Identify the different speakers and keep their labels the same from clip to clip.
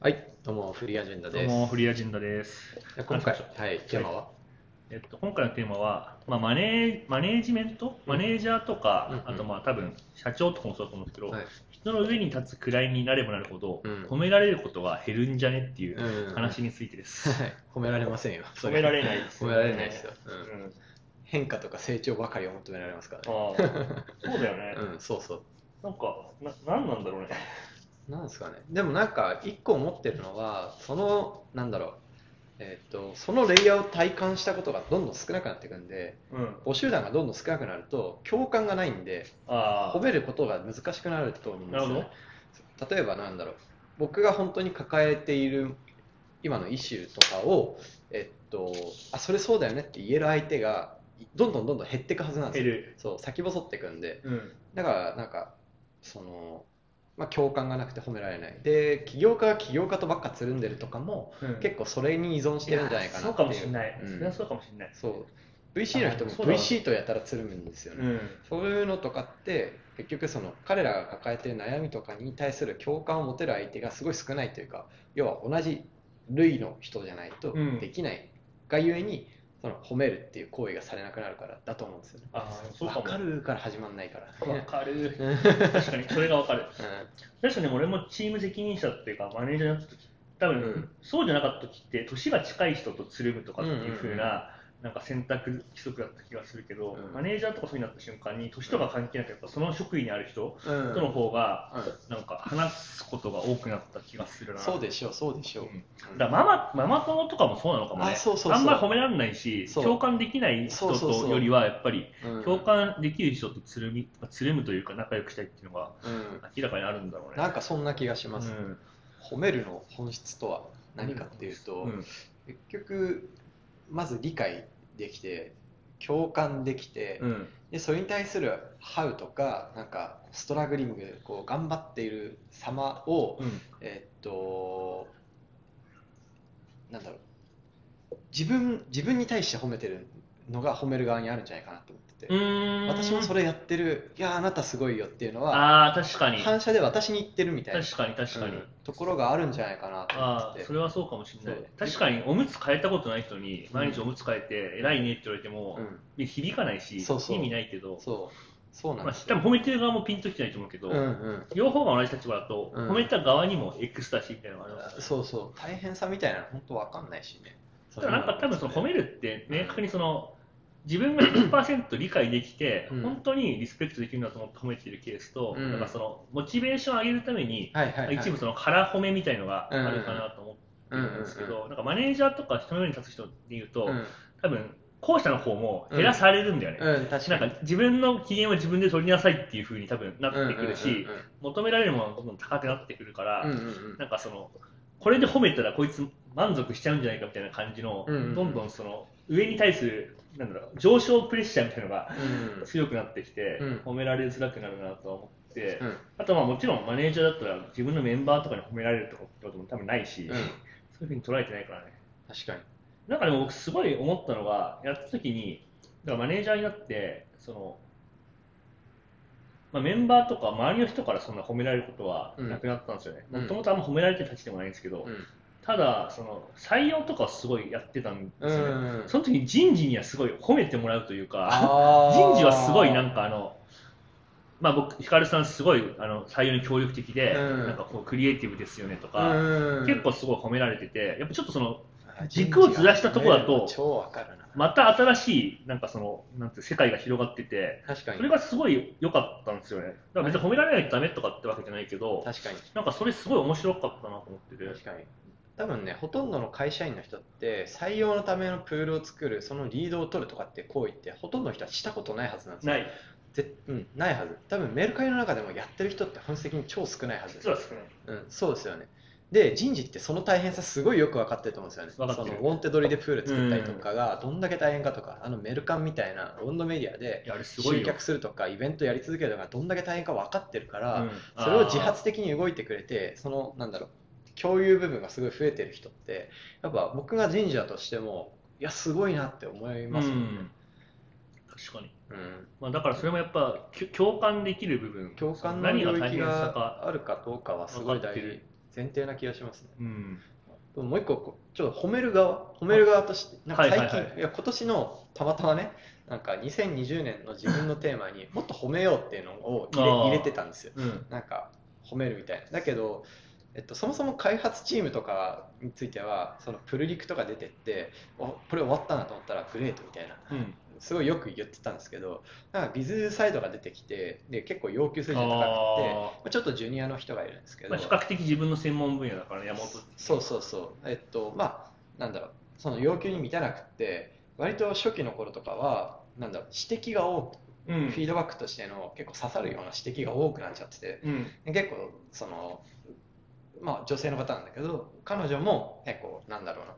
Speaker 1: はい、どうも、フリーアジェンダ
Speaker 2: どう
Speaker 1: です。
Speaker 2: も、フリーアジェンダです。
Speaker 1: で今回、はい、テーマは、
Speaker 2: えっと、今回のテーマは、まあ、マネーマネージメント、マネージャーとか、
Speaker 1: うん
Speaker 2: あと、
Speaker 1: うん
Speaker 2: まあ、多分社長とかもそうだと思うんですけど、
Speaker 1: はい
Speaker 2: 人の上に立つ位になればなるほど、
Speaker 1: うん
Speaker 2: 褒められることが減るんじゃねっていう
Speaker 1: うんうん
Speaker 2: 話についてです。
Speaker 1: はい褒められませんよ。そ
Speaker 3: 褒められないです
Speaker 1: 褒
Speaker 3: よ
Speaker 1: め
Speaker 3: ね
Speaker 1: られないですよ、う。
Speaker 3: うんん
Speaker 1: 変化とか成長ばかりを求められますからね。
Speaker 3: ああ、そうだよね。
Speaker 1: うん、そうそう。
Speaker 3: なんか、な、なんなんだろうね。
Speaker 1: なんですかね。でもなんか、一個思ってるのは、その、なんだろう、えーっと、そのレイヤーを体感したことがどんどん少なくなっていくんで、
Speaker 3: うん。
Speaker 1: 募集団がどんどん少なくなると、共感がないんで、
Speaker 3: あ
Speaker 1: 褒めることが難しくなると思うんですよ、
Speaker 3: な
Speaker 1: ね
Speaker 3: る、
Speaker 1: 例えばなんだろう僕が本当に抱えている今のイシューとかを、えっと、あそれそうだよねって言える相手がどんどんどんどん減っていくはずな
Speaker 3: あ、
Speaker 1: んです
Speaker 3: 減
Speaker 1: よ
Speaker 3: る。
Speaker 1: そう先細っていくんで
Speaker 3: うん。
Speaker 1: だからなんかその、まあ、共感がなくて褒められないで起業家が起業家とばっかつるんでるとかも、
Speaker 3: うん
Speaker 1: 結構それに依存してるんじゃないかな
Speaker 3: そう
Speaker 1: って
Speaker 3: か
Speaker 1: いう
Speaker 3: もしれない。
Speaker 1: うん
Speaker 3: それはそうかもしれない。
Speaker 1: そう VC の人も
Speaker 3: あそうだ
Speaker 1: VC とやたらつるむんですよね、
Speaker 3: うん。
Speaker 1: そういうのとかって結局その彼らが抱えている悩みとかに対する共感を持てる相手がすごい少ないというか要は同じ類の人じゃないと
Speaker 3: うん
Speaker 1: できないがゆえにその褒めるっていう行為がされなくなるからだと思うんですよね。
Speaker 3: ああ、そうかも。
Speaker 1: わかるから始まんないから。
Speaker 3: わ
Speaker 1: ね
Speaker 3: かる。
Speaker 1: うん
Speaker 3: 確かに、それがわかる。
Speaker 1: う
Speaker 3: 確かに、俺もチーム責任者っていうか、マネージャーになった時、多分、
Speaker 1: うん
Speaker 3: そうじゃなかった時って、年が近い人とつるむとかっていう風
Speaker 1: うんうん
Speaker 3: な、なんか選択規則だった気がするけど、
Speaker 1: うん
Speaker 3: マネージャーとかそうになった瞬間に、年とか関係なく、やっぱその職位にある人
Speaker 1: ん
Speaker 3: との方が、
Speaker 1: うん
Speaker 3: なんか話すことが多くなった気がするな。
Speaker 1: そうでしょう、そうでしょう。
Speaker 3: うん
Speaker 1: うん
Speaker 3: だからママママ友とかもそうなのかもね。
Speaker 1: あそうそうそう
Speaker 3: あんまり褒められないし、
Speaker 1: そう
Speaker 3: 共感できない
Speaker 1: そう
Speaker 3: 人
Speaker 1: そうそ
Speaker 3: と
Speaker 1: う
Speaker 3: よりはやっぱり
Speaker 1: うん
Speaker 3: 共感できる人とつるみ、つるむというか仲良くしたいっていうのが
Speaker 1: うん
Speaker 3: 明らかにあるんだろうね。
Speaker 1: なんかそんな気がします。
Speaker 3: うん
Speaker 1: 褒めるの本質とは何かっていうと、
Speaker 3: うん
Speaker 1: 結局まず理解できて共感できて、
Speaker 3: うん
Speaker 1: でそれに対する「ハウ」とかなんかストラグリングこう頑張っている様を、
Speaker 3: うん
Speaker 1: えっとなんだろう自分自分に対して褒めてるのが褒める側にあるんじゃないかなと思ってて、私もそ
Speaker 3: れ
Speaker 1: れやってるいやあなたすごいよっていうのは
Speaker 3: ああ、確かに。
Speaker 1: 反射で私に言ってるみたいな
Speaker 3: 確かに、確かに。
Speaker 1: うんところがあるんじゃないかなと思っ
Speaker 3: あ
Speaker 1: て
Speaker 3: あ
Speaker 1: て
Speaker 3: それはそうかもしれない
Speaker 1: そう。
Speaker 3: 確かに、おむつ変えたことない人に、
Speaker 1: ん
Speaker 3: 毎日おむつ変えて、偉いねって言われても
Speaker 1: う、ん
Speaker 3: で響かないし、
Speaker 1: そうそう
Speaker 3: 意味ないけど、
Speaker 1: そうそうなん
Speaker 3: まあ、
Speaker 1: です
Speaker 3: 多
Speaker 1: よ、
Speaker 3: 分褒めてる側もピンときてないと思うけど、
Speaker 1: うんうん
Speaker 3: 両方が同じ立場だと、
Speaker 1: うん
Speaker 3: 褒めた側にもエクスタシーみたいなのがあります、
Speaker 1: そうそう大変さみたいなの本当わかんないしね
Speaker 3: ただなんか多分その褒め
Speaker 1: る
Speaker 3: るって明確にその自分が100%理解できて、
Speaker 1: うん
Speaker 3: 本当にリスペクトできるんだと思って褒めてるケースと、
Speaker 1: うん
Speaker 3: なんかそのモチベーションを上げるために、
Speaker 1: はいはい、はい、
Speaker 3: 一部その空褒めみたいのがあるかなと思ってるんですけど、
Speaker 1: うん
Speaker 3: なんかマネージャーとか人の上に立つ人で言うと、
Speaker 1: うん、
Speaker 3: 多分後者の方も減らされるんだよね。
Speaker 1: うん、確か
Speaker 3: なん
Speaker 1: に
Speaker 3: か自分の機嫌を自分で取りなさいっていう風に多分な
Speaker 1: うん
Speaker 3: ってくるし、
Speaker 1: う
Speaker 3: 求められるものがどんどん高くなってくるから、
Speaker 1: んうんうんうん
Speaker 3: なんかその、これで褒めたらこいつ満足しちゃうんじゃないかみたいな感じの、
Speaker 1: うんうんうん
Speaker 3: どんどんその、上に対する、なんだろう、上昇プレッシャーみたいなのが
Speaker 1: うん
Speaker 3: 強くなってきて、
Speaker 1: うん
Speaker 3: 褒められづらくなるなとは思って、
Speaker 1: うん
Speaker 3: あとまあもちろんマネージャーだったら自分のメンバーとかに褒められるとかってことも多分ないし、
Speaker 1: うん
Speaker 3: そういうふうに捉えてないからね。
Speaker 1: 確かに
Speaker 3: なんかでも僕すごい思ったのが、やった時に、だからマネージャーになって、その、まあ、メンバーとか周りの人からそんな褒められることはなくなったんですよね。
Speaker 1: うん
Speaker 3: もともとあんま褒められてるたちでもないんですけど、
Speaker 1: うん
Speaker 3: ただ、その採用とかをすごいやってたんですよね。
Speaker 1: うん
Speaker 3: その時に人事にはすごい褒めてもらうというか、
Speaker 1: あー
Speaker 3: 人事はすごいなんかあの、まあ僕、ヒカルさんすごいあの採用に協力的で、
Speaker 1: うん
Speaker 3: なんかこうクリエイティブですよねとか、
Speaker 1: うん
Speaker 3: 結構すごい褒められてて、やっぱちょっとその、
Speaker 1: あ
Speaker 3: 軸をずらしたとこだ
Speaker 1: 人
Speaker 3: と
Speaker 1: 事は超わかるな
Speaker 3: また新しい、なんかその、なんて世界が広がってて、
Speaker 1: 確かに
Speaker 3: それがすごい良かったんですよね。だから別に褒められないとダメとかってわけじゃないけど、
Speaker 1: 確かに
Speaker 3: なんかそれすごい面白かったなと思ってて。
Speaker 1: 確かに多分ねほとんどの会社員の人って採用のためのプールを作るそのリードを取るとかって行為ってほとんどの人はしたことないはずなんですよ
Speaker 3: ない。
Speaker 1: ぜうん、ないはず多分メルカリの中でもやってる人って本質的に超少ないはず
Speaker 3: 実は少ない。
Speaker 1: うん、そうですよねで人事ってその大変さすごいよく分かってると思うんですよね
Speaker 3: 分かってる
Speaker 1: そのウォンテドリでプール作ったりとかがどんだけ大変かとかあのメルカンみたいなロンドメディアで
Speaker 3: いや、あれすごい
Speaker 1: 集
Speaker 3: よ。
Speaker 1: 客するとかイベントやり続けるとかどんだけ大変か分かってるから、
Speaker 3: うん
Speaker 1: それを自発的に動いてくれてそのなんだろう共有部分がすごい増えてる人ってやっぱ僕が人事だとしてもいやすごいなって思い
Speaker 3: あー
Speaker 1: ますよ
Speaker 3: う
Speaker 1: ね、
Speaker 3: ん確かに。
Speaker 1: うん
Speaker 3: まあ、だからそれもやっぱきょ共感できる部分、
Speaker 1: 共感の
Speaker 3: 何が
Speaker 1: 領
Speaker 3: 大
Speaker 1: 域
Speaker 3: 変さか、
Speaker 1: があるかどうかはすごい大事前提な気がしますね。
Speaker 3: うん。
Speaker 1: でももう一個こう、ちょっと褒める側、褒める側として、なんか
Speaker 3: はい
Speaker 1: 最
Speaker 3: はい
Speaker 1: 近、
Speaker 3: はい
Speaker 1: いや今年のたまたまね、なんか2020年の自分のテーマにもっと褒めようっていうのを入れ
Speaker 3: あー
Speaker 1: 入れてたんですよ。
Speaker 3: うん。
Speaker 1: なんか褒めるみたいな。だけど、えっと、そもそも開発チームとかについては、そのプルリクとか出てって、おこれ終わったなと思ったらグレートみたいな。
Speaker 3: うん。
Speaker 1: すごいよく言ってたんですけど、なんかビズサイドが出てきて、で結構要求水準高くて、ま
Speaker 3: あ
Speaker 1: あちょっとジュニアの人がいるんですけ
Speaker 3: あ。
Speaker 1: ど、
Speaker 3: まあ、比較的自分の専門分野だから、山本。
Speaker 1: そうそうそう、えっと、まあ、なんだろう、その要求に満たなくって、割と初期の頃とかは、なんだろう、指摘が多く、フ
Speaker 3: う
Speaker 1: ィ
Speaker 3: ん。
Speaker 1: ードバックとしての結構刺さるような指摘が多くなっちゃってて、
Speaker 3: うん。
Speaker 1: 結構その、まあ、女性の方なんだけど彼女も結構なんだろうな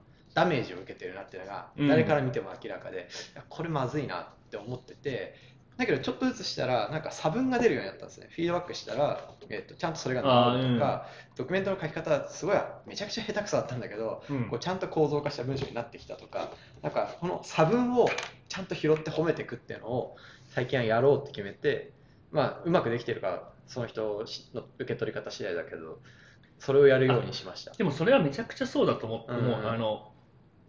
Speaker 1: ダメージを受けてるなっていうのが
Speaker 3: うん
Speaker 1: 誰から見ても明らかで、いやこれまずいなって思っててだけどちょっとずつしたらなんか差分が出るようになったんですねフィードバックしたら、えっとちゃんとそれが残るとか、ドキュメントの書き方すごいめちゃくちゃ下手くそだったんだけど
Speaker 3: うん
Speaker 1: こうちゃんと構造化した文章になってきたとかなんかこの差分をちゃんと拾って褒めていくっていうのを最近はやろうって決めて、まあ、うまくできてるかその人の受け取り方次第だけどそれをやるようにしました
Speaker 3: でもそれはめちゃくちゃそうだと思っても、
Speaker 1: うん
Speaker 3: あの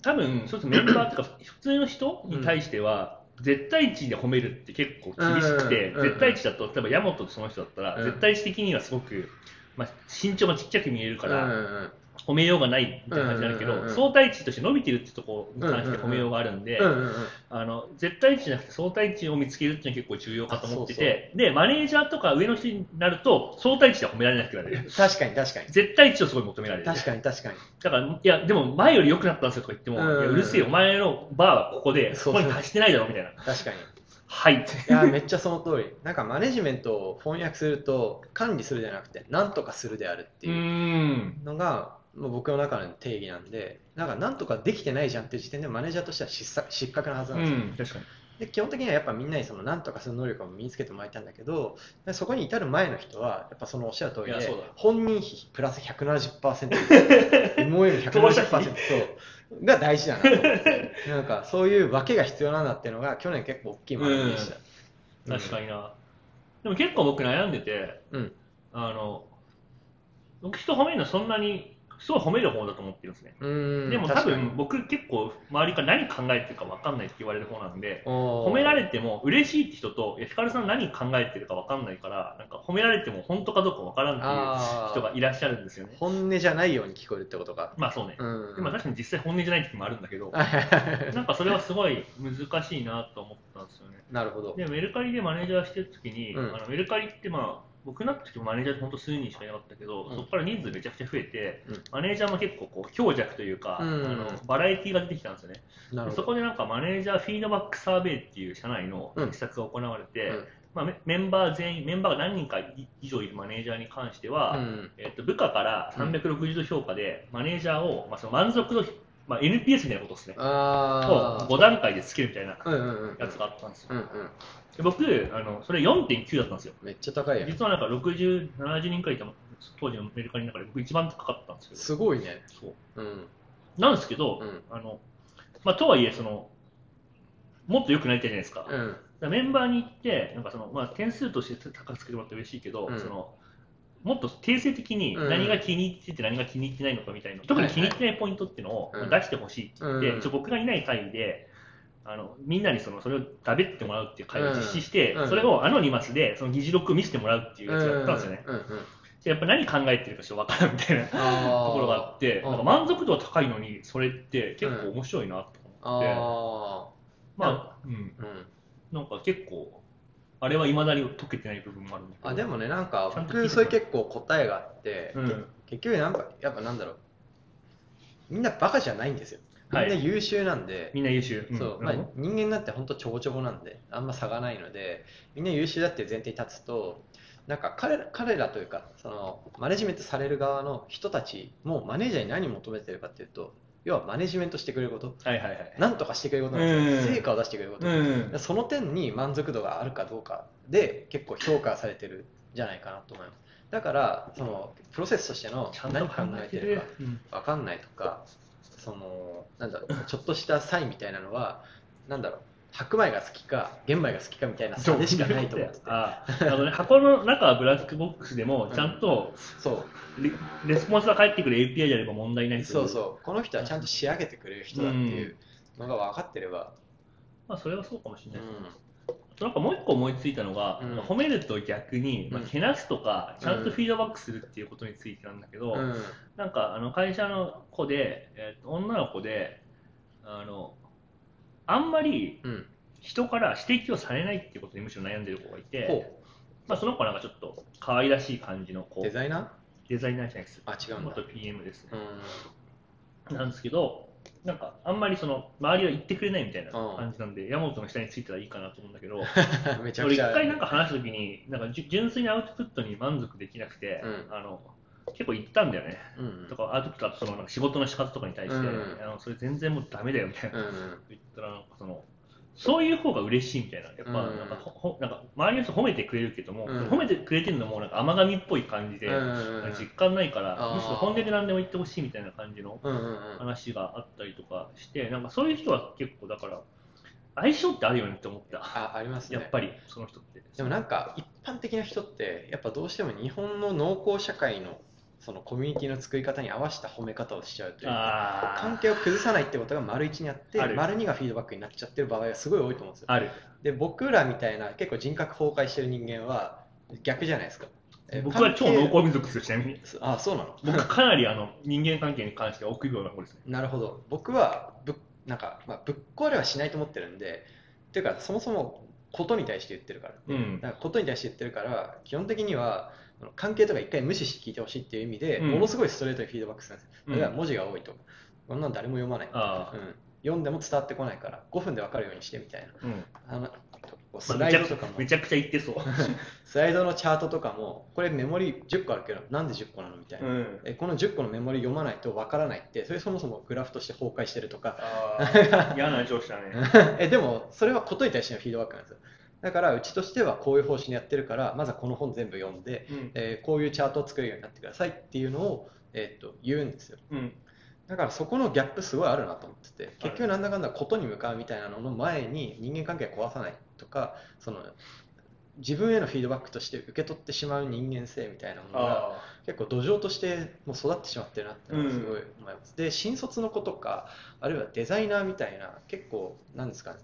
Speaker 3: 多分一つメンバーと か普通の人に対しては、絶対値で褒めるって結構厳しくて、
Speaker 1: うんうん
Speaker 3: 絶対値だと例えばヤモトとその人だったら、
Speaker 1: うん
Speaker 3: 絶対値的にはすごく、まあ、身長もちっちゃく見えるか
Speaker 1: うんうん
Speaker 3: ら、褒めようがないみたいな感じになるけど、
Speaker 1: うんうんうんうん
Speaker 3: 相対値として伸びてるってところに関して褒めようがあるんで、
Speaker 1: うんうんうん
Speaker 3: あの絶対値じゃなくて相対値を見つけるっていうのは結構重要かと思っててでマネージャーとか上の人になると相対値では褒められなくなる
Speaker 1: 確かに確かに
Speaker 3: 絶対値をすごい求められる。
Speaker 1: 確かに確かに
Speaker 3: だから、いや、でも前より良くなったんですよとか言っても、
Speaker 1: うんうんうん
Speaker 3: いやうるせえよ、お前のバーはここで、
Speaker 1: そ
Speaker 3: そうこ
Speaker 1: そう
Speaker 3: に達してないだろ、みたいな。
Speaker 1: 確かに
Speaker 3: はいって。
Speaker 1: いやめっちゃその通りなんかマネジメントを翻訳すると管理するじゃなくてなんとかするであるって
Speaker 3: うー。
Speaker 1: いうんのがもう僕の中の定義なんでなんかなんとかできてないじゃんっていう時点でマネージャーとしては失策失格なはず
Speaker 3: う
Speaker 1: なんですよ、
Speaker 3: ん、確かに。
Speaker 1: で基本的にはやっぱみんなにそのなんとかする能力を身につけてもらいたいんだけどでそこに至る前の人はやっぱそのおっしゃる通り
Speaker 3: いや
Speaker 1: で
Speaker 3: そうだ
Speaker 1: 本人比プラス 170%MOM170%
Speaker 3: 当社比
Speaker 1: そうが大事だなと思ってなんかそういう分けが必要なんだっていうのが去年結構大きい学びでした、うん
Speaker 3: 確かにな。でも結構僕悩んでて、
Speaker 1: うん
Speaker 3: あの、僕人褒めるのそんなに、すごい褒める方だと思ってるんですね。
Speaker 1: うん
Speaker 3: でも多
Speaker 1: 確かに
Speaker 3: 分僕結構周りから何考えてるか分かんないって言われる方なんで、
Speaker 1: おー
Speaker 3: 褒められても嬉しいって人と、いや、ヒカルさん何考えてるか分かんないから、なんか褒められても本当かどうか分からんっていう
Speaker 1: あー
Speaker 3: 人がいらっしゃるんですよね。
Speaker 1: 本音じゃないように聞こえるってことか
Speaker 3: まあそうね。
Speaker 1: うん
Speaker 3: 今確かに実際本音じゃない時もあるんだけど、なんかそれはすごい難しいなと思ったんですよね。
Speaker 1: なるほど。
Speaker 3: で、メルカリでマネージャーしてる時に、
Speaker 1: うん
Speaker 3: あのメルカリってまあ、僕になった時もマネージャーって本当数人しかいなかったけど、
Speaker 1: うん
Speaker 3: そこから人数めちゃくちゃ増えて、
Speaker 1: うん
Speaker 3: マネージャーも結構こう強弱というか、
Speaker 1: うん
Speaker 3: あのバラエティが出てきたんですよね。
Speaker 1: なる
Speaker 3: でそ
Speaker 1: ほど。
Speaker 3: こでなんかマネージャーフィードバックサーベイっていう社内の
Speaker 1: うん
Speaker 3: 施策が行われて、
Speaker 1: うん
Speaker 3: まあ、メメンバー全員、メンバーが何人か以上いるマネージャーに関しては、
Speaker 1: うん
Speaker 3: えっと、部下から360度評価で、マネージャーを、まあ、その満足度、まあ、NPS みたいなことですね、を
Speaker 1: ああ。
Speaker 3: 5段階でつけるみたいな
Speaker 1: うんうんうん。
Speaker 3: やつがあったんですよ。
Speaker 1: うんうん。
Speaker 3: で僕あの、それ4.9だったんですよ。
Speaker 1: めっちゃ高いやん。
Speaker 3: 実はなんか60、70人くらいいた当時のメルカリの中で僕一番高かったんですけど、
Speaker 1: すごいね。
Speaker 3: そ
Speaker 1: う
Speaker 3: う
Speaker 1: ん。
Speaker 3: なんですけど、
Speaker 1: うん
Speaker 3: あのまあ、とはいえその、もっと良くなりたいじゃないですか。だか
Speaker 1: うん。
Speaker 3: らメンバーに行って、なんかそのまあ、点数として高くつけてもらって嬉しいけど、
Speaker 1: うん
Speaker 3: そのもっと定性的に
Speaker 1: うん
Speaker 3: 何が気に入ってて何が気に入ってないのかみたいな、特に気に入ってないポイントっていうのを
Speaker 1: はいはい
Speaker 3: まあ出してほしいって言って、
Speaker 1: うん
Speaker 3: 一応僕がいない会議で、あのみんなにそのそれをだべってもらうっていう会議を実施して、
Speaker 1: うんうん
Speaker 3: それをアノニマスでその議事録を見せてもらうっていうやつをやったんですよね。
Speaker 1: うんうんうん。
Speaker 3: じゃあやっぱ何考えてるかちょっと分からんみたいなと
Speaker 1: ああ。
Speaker 3: ころがあって、
Speaker 1: あー
Speaker 3: なんか満足度は高いのに、それって結構面白いなと思って、
Speaker 1: あ
Speaker 3: まあ、うん、
Speaker 1: あ。うん。
Speaker 3: なんか結構、あれはいまだに解けてない部分もあるんだけど。
Speaker 1: あ、でもね、なんか
Speaker 3: ちゃんと聞い
Speaker 1: 僕、
Speaker 3: て
Speaker 1: それ結構答えがあって、
Speaker 3: うん、
Speaker 1: 結局なんか、やっぱなんだろう。みんなバカじゃないんですよ。みん
Speaker 3: はい
Speaker 1: な優秀なんで、
Speaker 3: みんな優秀。ん
Speaker 1: そう、ま
Speaker 3: な
Speaker 1: あ
Speaker 3: るほど、
Speaker 1: 人間だって本当ちょぼちょぼなんであんま差がないのでみんな優秀だっていう前提に立つとなんか彼ら彼らというかそのマネジメントされる側の人たちもマネージャーに何求めてるかっていうと要はマネジメントしてくれること
Speaker 3: はいはいはい。
Speaker 1: なんとかしてくれることなんです
Speaker 3: う
Speaker 1: よ
Speaker 3: ん
Speaker 1: 成果を出してくれること、
Speaker 3: うん
Speaker 1: その点に満足度があるかどうかで結構評価されてるんじゃないかなと思いますだからそのプロセスとしての
Speaker 3: ちゃんと
Speaker 1: 何
Speaker 3: 考
Speaker 1: 考
Speaker 3: え
Speaker 1: え
Speaker 3: て
Speaker 1: て
Speaker 3: る
Speaker 1: るか。わかんないとかそのなんだろうちょっとした差異みたいなのはなんだろう白米が好きか玄米が好きかみたいな差でしかないと思ってて
Speaker 3: ああのね、箱の中はブラックボックスでも、ちゃんと
Speaker 1: そう
Speaker 3: レレスポンスが返ってくる API であれば問題ないとい
Speaker 1: そうそうこの人はちゃんと仕上げてくれる人だっていうのが分かってれば、
Speaker 3: まあ、それはそうかもし
Speaker 1: う
Speaker 3: れない
Speaker 1: ん
Speaker 3: ですね。あとなんかもう一個思いついたのが、
Speaker 1: うん
Speaker 3: 褒めると逆に、まあ、
Speaker 1: うん
Speaker 3: けなすとか、ちゃんとフィードバックするっていうことについてなんだけど、
Speaker 1: うん
Speaker 3: なんかあの会社の子で、えーと女の子であの、あんまり
Speaker 1: うん
Speaker 3: 人から指摘をされないっていうことにむしろ悩んでる子がい
Speaker 1: ほ
Speaker 3: て、
Speaker 1: う
Speaker 3: まあ、その子はなんかちょっと可愛らしい感じの子
Speaker 1: デ、ザイナー
Speaker 3: デザイナーじゃないです。
Speaker 1: あ違うんだ
Speaker 3: 元 PM ですね
Speaker 1: う。ん
Speaker 3: なんですけど、なんかあんまりその周りは言ってくれないみたいな
Speaker 1: うん
Speaker 3: 感じなんで、山本の下についてたらいいかなと思うんだけど、
Speaker 1: めちゃく
Speaker 3: 俺一
Speaker 1: ちゃ
Speaker 3: 回なんか話した時に、なんかじゅ純粋にアウトプットに満足できなくて、
Speaker 1: う
Speaker 3: あの結構言ったんだよね。
Speaker 1: うん
Speaker 3: とかアウトプットだとそのなんか仕事の仕方とかに対して、
Speaker 1: うん
Speaker 3: あのそれ全然もうダメだよみたいな
Speaker 1: う。ん
Speaker 3: 言ったらなんかそのそういう方が嬉しいみたいな、やっぱ
Speaker 1: うん
Speaker 3: なんかほ、ほなんか周りの人褒めてくれるけども、
Speaker 1: うん
Speaker 3: 褒めてくれてるのもなんか甘神っぽい感じで、
Speaker 1: うんうんうん
Speaker 3: 実感ないか
Speaker 1: あ
Speaker 3: ら、
Speaker 1: ー
Speaker 3: むしろ本音で何でも言ってほしいみたいな感じの
Speaker 1: うんうんうん
Speaker 3: 話があったりとかして、なんかそういう人は結構だから、相性ってあるよねって思った、
Speaker 1: ああります
Speaker 3: や
Speaker 1: ね
Speaker 3: っぱりその人って。
Speaker 1: でもなんか一般的な人ってやっぱどうしても日本の農耕社会のそのコミュニティの作り方に合わせた褒め方をしちゃうというか
Speaker 3: あー
Speaker 1: 関係を崩さないってことが丸1にあって
Speaker 3: ある
Speaker 1: 丸2がフィードバックになっちゃってる場合がすごい多いと思うんですよ
Speaker 3: ある。
Speaker 1: で僕らみたいな結構人格崩壊してる人間は逆じゃないですかえ
Speaker 3: 僕は超
Speaker 1: 関係
Speaker 3: 濃厚民族ですよ、ちなみに。
Speaker 1: あそうなの
Speaker 3: 僕はかなりあの人間関係に関しては臆病な方ですね。
Speaker 1: なるほど僕はぶっなんか、まあ、ぶっ壊れはしないと思ってるんでっていうかそもそもことに対して言ってるから
Speaker 3: うん。
Speaker 1: だからことに対して言ってるから基本的にはあの関係とか一回無視して聞いてほしいっていう意味で、
Speaker 3: うん
Speaker 1: ものすごいストレートにフィードバックするんです
Speaker 3: う
Speaker 1: よ
Speaker 3: ん
Speaker 1: だから文字が多いとか、こんなの誰も読まない、
Speaker 3: あ
Speaker 1: うん、読んでも伝わってこないから5分で分かるようにしてみたいな
Speaker 3: ーうん
Speaker 1: あのこう
Speaker 3: ま
Speaker 1: ス
Speaker 3: あ
Speaker 1: ラ
Speaker 3: め
Speaker 1: イ
Speaker 3: ちゃ
Speaker 1: ド
Speaker 3: く
Speaker 1: と
Speaker 3: ちゃ
Speaker 1: かも、
Speaker 3: めちゃくちゃ言ってそう。
Speaker 1: スライドのチャートとかもこれメモリ10個あるけどなんで10個なのみたいな、
Speaker 3: うん。
Speaker 1: えこの10個のメモリ読まないと分からないってそれそもそもグラフとして崩壊してるとか
Speaker 3: あー嫌な上司だね。
Speaker 1: えでもそれはことに対してのフィードバックなんですよだからうちとしてはこういう方針でやってるからまずはこの本全部読んで、
Speaker 3: うん。
Speaker 1: えーこういうチャートを作るようになってくださいっていうのを、えーっと言うんですよ
Speaker 3: うん。
Speaker 1: だからそこのギャップすごいあるなと思ってて結局なんだかんだことに向かうみたいなのの前に人間関係壊さないとかその自分へのフィードバックとして受け取ってしまう人間性みたいなものが
Speaker 3: あ
Speaker 1: 結構土壌としてもう育ってしまってるなってのがすごい思います、で新卒の子とかあるいはデザイナーみたいな結構なんですかね、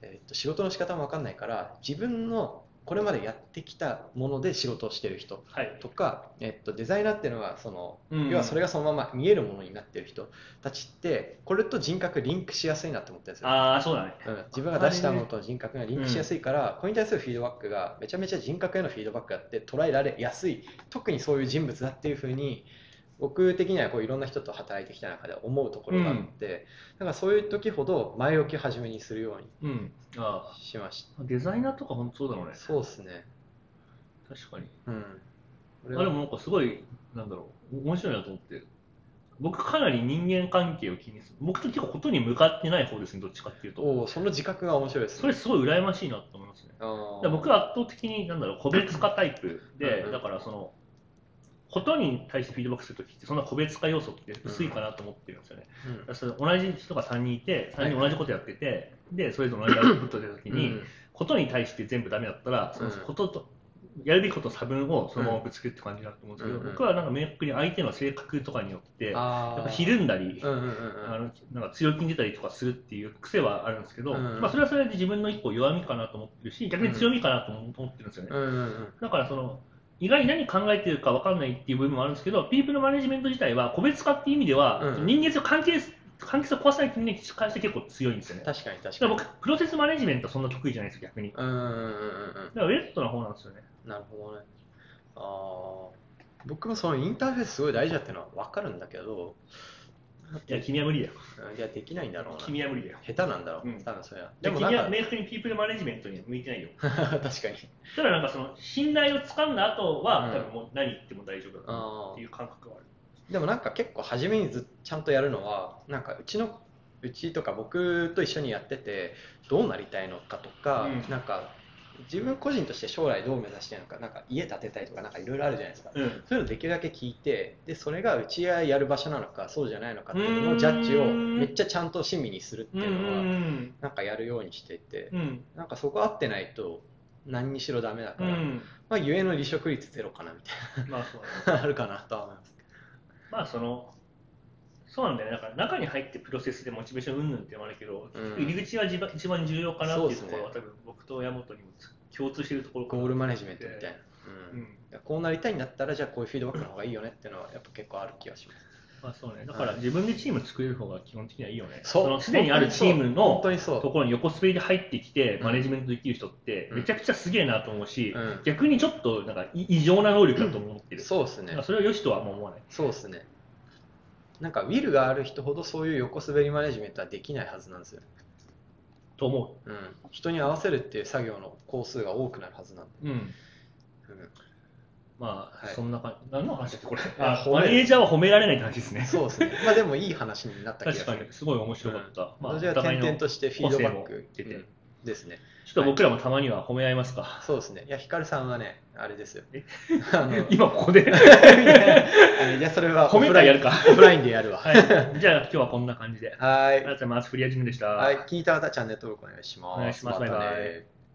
Speaker 1: えーっと仕事の仕方も分かんないから自分のこれまでやってきたもので仕事をしてる人
Speaker 3: あ。はい。
Speaker 1: とか、えっと、デザイナーっていうのはその、
Speaker 3: うん
Speaker 1: 要はそれがそのまま見えるものになってる人たちってこれと人格リンクしやすいなと思ってるんですよ、
Speaker 3: ああ、そうだね。
Speaker 1: うん、自分が出したものと人格がリンクしやすいから、これに対するフィードバックがめちゃめちゃ人格へのフィードバックがあって捉えられやすい特にそういう人物だっていうふうに僕的にはこういろんな人と働いてきた中で思うところがあって、だからそういう時ほど前置きを始めにするように
Speaker 3: うん。あ
Speaker 1: しました
Speaker 3: あ。デザイナーとか本当そうだろうね。
Speaker 1: そうですね
Speaker 3: 確かに。
Speaker 1: うんこれ
Speaker 3: あ
Speaker 1: は
Speaker 3: でもなんかすごい、なんだろう、面白いなと思って。僕かなり人間関係を気にする。僕と結構ことに向かってない方ですね、どっちかっていうと。
Speaker 1: おーその自覚が面白いですね
Speaker 3: それすごい羨ましいなと思いますね。
Speaker 1: あー
Speaker 3: だから僕は圧倒的に、なんだろう、個別化タイプ
Speaker 1: うん
Speaker 3: で
Speaker 1: う、ん
Speaker 3: だからその、ことに対してフィードバックするときって、そんな個別化要素って薄いかなと思ってるんですよね。
Speaker 1: うん
Speaker 3: それ同じ人が3人いて、3人同じことやってて、で、それぞれ同じアウトプット出たときに、
Speaker 1: うん
Speaker 3: ことに対して全部ダメだったら、その
Speaker 1: うん
Speaker 3: ことと、やるべきこと差分をそのままぶつけるって感じだと思うんですけど、
Speaker 1: うんうん
Speaker 3: 僕はなんか明確に相手の性格とかによって、やっ
Speaker 1: あ
Speaker 3: ぱひるんだり、
Speaker 1: うんうんうん
Speaker 3: あのなんか強気に出たりとかするっていう癖はあるんですけど、
Speaker 1: うん
Speaker 3: まあ、それはそれで自分の一個弱みかなと思ってるし、逆に強みかなとも思ってるんですよね。
Speaker 1: うんうんうん
Speaker 3: だからその意外に何考えてるか分かんないっていう部分もあるんですけど、ピープルマネジメント自体は個別化っていう意味では、
Speaker 1: うん
Speaker 3: 人間性を関係関係性を壊さないっていう意味に関して結構強いんですよね。だか
Speaker 1: 確かに確からに
Speaker 3: 僕、プロセスマネジメントはそんな得意じゃないです、逆に。だ
Speaker 1: うんうんうんうん
Speaker 3: からウェットな方なんですよね。
Speaker 1: うんなるほどねああ僕もそのインターフェースすごい大事だっていうのは分かるんだけど
Speaker 3: いや、君は無理だよ。
Speaker 1: うんいやできないんだろうな下
Speaker 3: 君は無理だよ。
Speaker 1: 手なんだろう、
Speaker 3: うん
Speaker 1: 多分それは
Speaker 3: で
Speaker 1: で
Speaker 3: も
Speaker 1: も
Speaker 3: 君
Speaker 1: なん
Speaker 3: は
Speaker 1: か
Speaker 3: 明確にピープルマネジメントには向いてないよ。
Speaker 1: 確かに
Speaker 3: ただなんかその信頼をつかんだ後は、
Speaker 1: うん
Speaker 3: 多分もう何言っても大丈夫だな
Speaker 1: あ
Speaker 3: っていう感覚はある。
Speaker 1: ーでもなんか結構初めにずちゃんとやるのはなんかうちのうちとか僕と一緒にやっててどうなりたいのかとか、
Speaker 3: うん
Speaker 1: なんか自分個人として将来どう目指してるのか、なんか家建てたいとか、なんかいろいろあるじゃないですか。
Speaker 3: うん。
Speaker 1: そういうのできるだけ聞いて、で、それがうちややる場所なのか、そうじゃないのかっていうのをジャッジをめっちゃちゃんと親身にするって
Speaker 3: うん。う
Speaker 1: いうのは、
Speaker 3: ん。
Speaker 1: なんかやるようにしていて、
Speaker 3: うん。
Speaker 1: なんかそこ合ってないと何にしろダメだ
Speaker 3: う
Speaker 1: から、
Speaker 3: ん。
Speaker 1: まあ、ゆえの離職率ゼロかなみたい
Speaker 3: まあ、そうだね。
Speaker 1: な、あるかなとは思いますけど。
Speaker 3: まあそのそうなんだよね、だから中に入ってプロセスでモチベーションうんぬんってのもあるけど、
Speaker 1: うん
Speaker 3: 入り口は一番一番重要かなっていう
Speaker 1: そうっす
Speaker 3: と
Speaker 1: ね
Speaker 3: ころは、多分僕と山本にも共通してるところかな
Speaker 1: ゴールマネジメントみたいな。
Speaker 3: う
Speaker 1: うん
Speaker 3: ん
Speaker 1: こうなりたいんだったら、じゃあこういうフィードバックの方がいいよねっていうのは、やっぱ結構ある気がします。
Speaker 3: まあそうね、だから自分でチーム作れる方が基本的にはいいよね、
Speaker 1: そう
Speaker 3: のすでにあるチーム
Speaker 1: 本
Speaker 3: の
Speaker 1: 当にそ
Speaker 3: と
Speaker 1: う。
Speaker 3: ころに横滑りで入ってきて、
Speaker 1: うん
Speaker 3: マネジメントできる人って、
Speaker 1: うん
Speaker 3: めちゃくちゃすげえなと思うし、
Speaker 1: うん
Speaker 3: 逆にちょっとなんかい異常な能力だと思ってる、
Speaker 1: そうです
Speaker 3: だ
Speaker 1: ね
Speaker 3: から。それを良しとはあんま思わない。
Speaker 1: そうですね。なんか、ウィルがある人ほどそういう横滑りマネジメントはできないはずなんですよ。
Speaker 3: と思
Speaker 1: うん。人に合わせるっていう作業の工数が多くなるはずなんで。
Speaker 3: う、うん、
Speaker 1: うん
Speaker 3: まあ、
Speaker 1: はい
Speaker 3: そんな感じ、何の話だってこれ、
Speaker 1: や
Speaker 3: あ
Speaker 1: 褒め
Speaker 3: マネージャーは褒められないって話ですね。
Speaker 1: そうですね。まあでもいい話になった気が
Speaker 3: 確
Speaker 1: す
Speaker 3: か
Speaker 1: る。
Speaker 3: に、すごい面白かった。まあ、お
Speaker 1: 私は
Speaker 3: 互い
Speaker 1: 点
Speaker 3: の、
Speaker 1: 々
Speaker 3: ちょ
Speaker 1: としてフィードバッ
Speaker 3: 個性
Speaker 1: ク
Speaker 3: も出て
Speaker 1: うんですね。
Speaker 3: っと僕らもたまには褒め合いますか。
Speaker 1: そうですね。いや、ヒカルさんはね、あれですよ
Speaker 3: え。
Speaker 1: あ の
Speaker 3: 今ここで、
Speaker 1: あのじゃあそれは
Speaker 3: 褒めたらやるか。
Speaker 1: オフラインオフラインでやるわ。は
Speaker 3: はい。じゃあ、今日はこんな感じで。あ
Speaker 1: ーい。
Speaker 3: りがとうございます。フリアジムでした。
Speaker 1: はい。聞いた方、チャンネル登録お願いします。
Speaker 3: お願いします
Speaker 1: たね
Speaker 3: バイバイ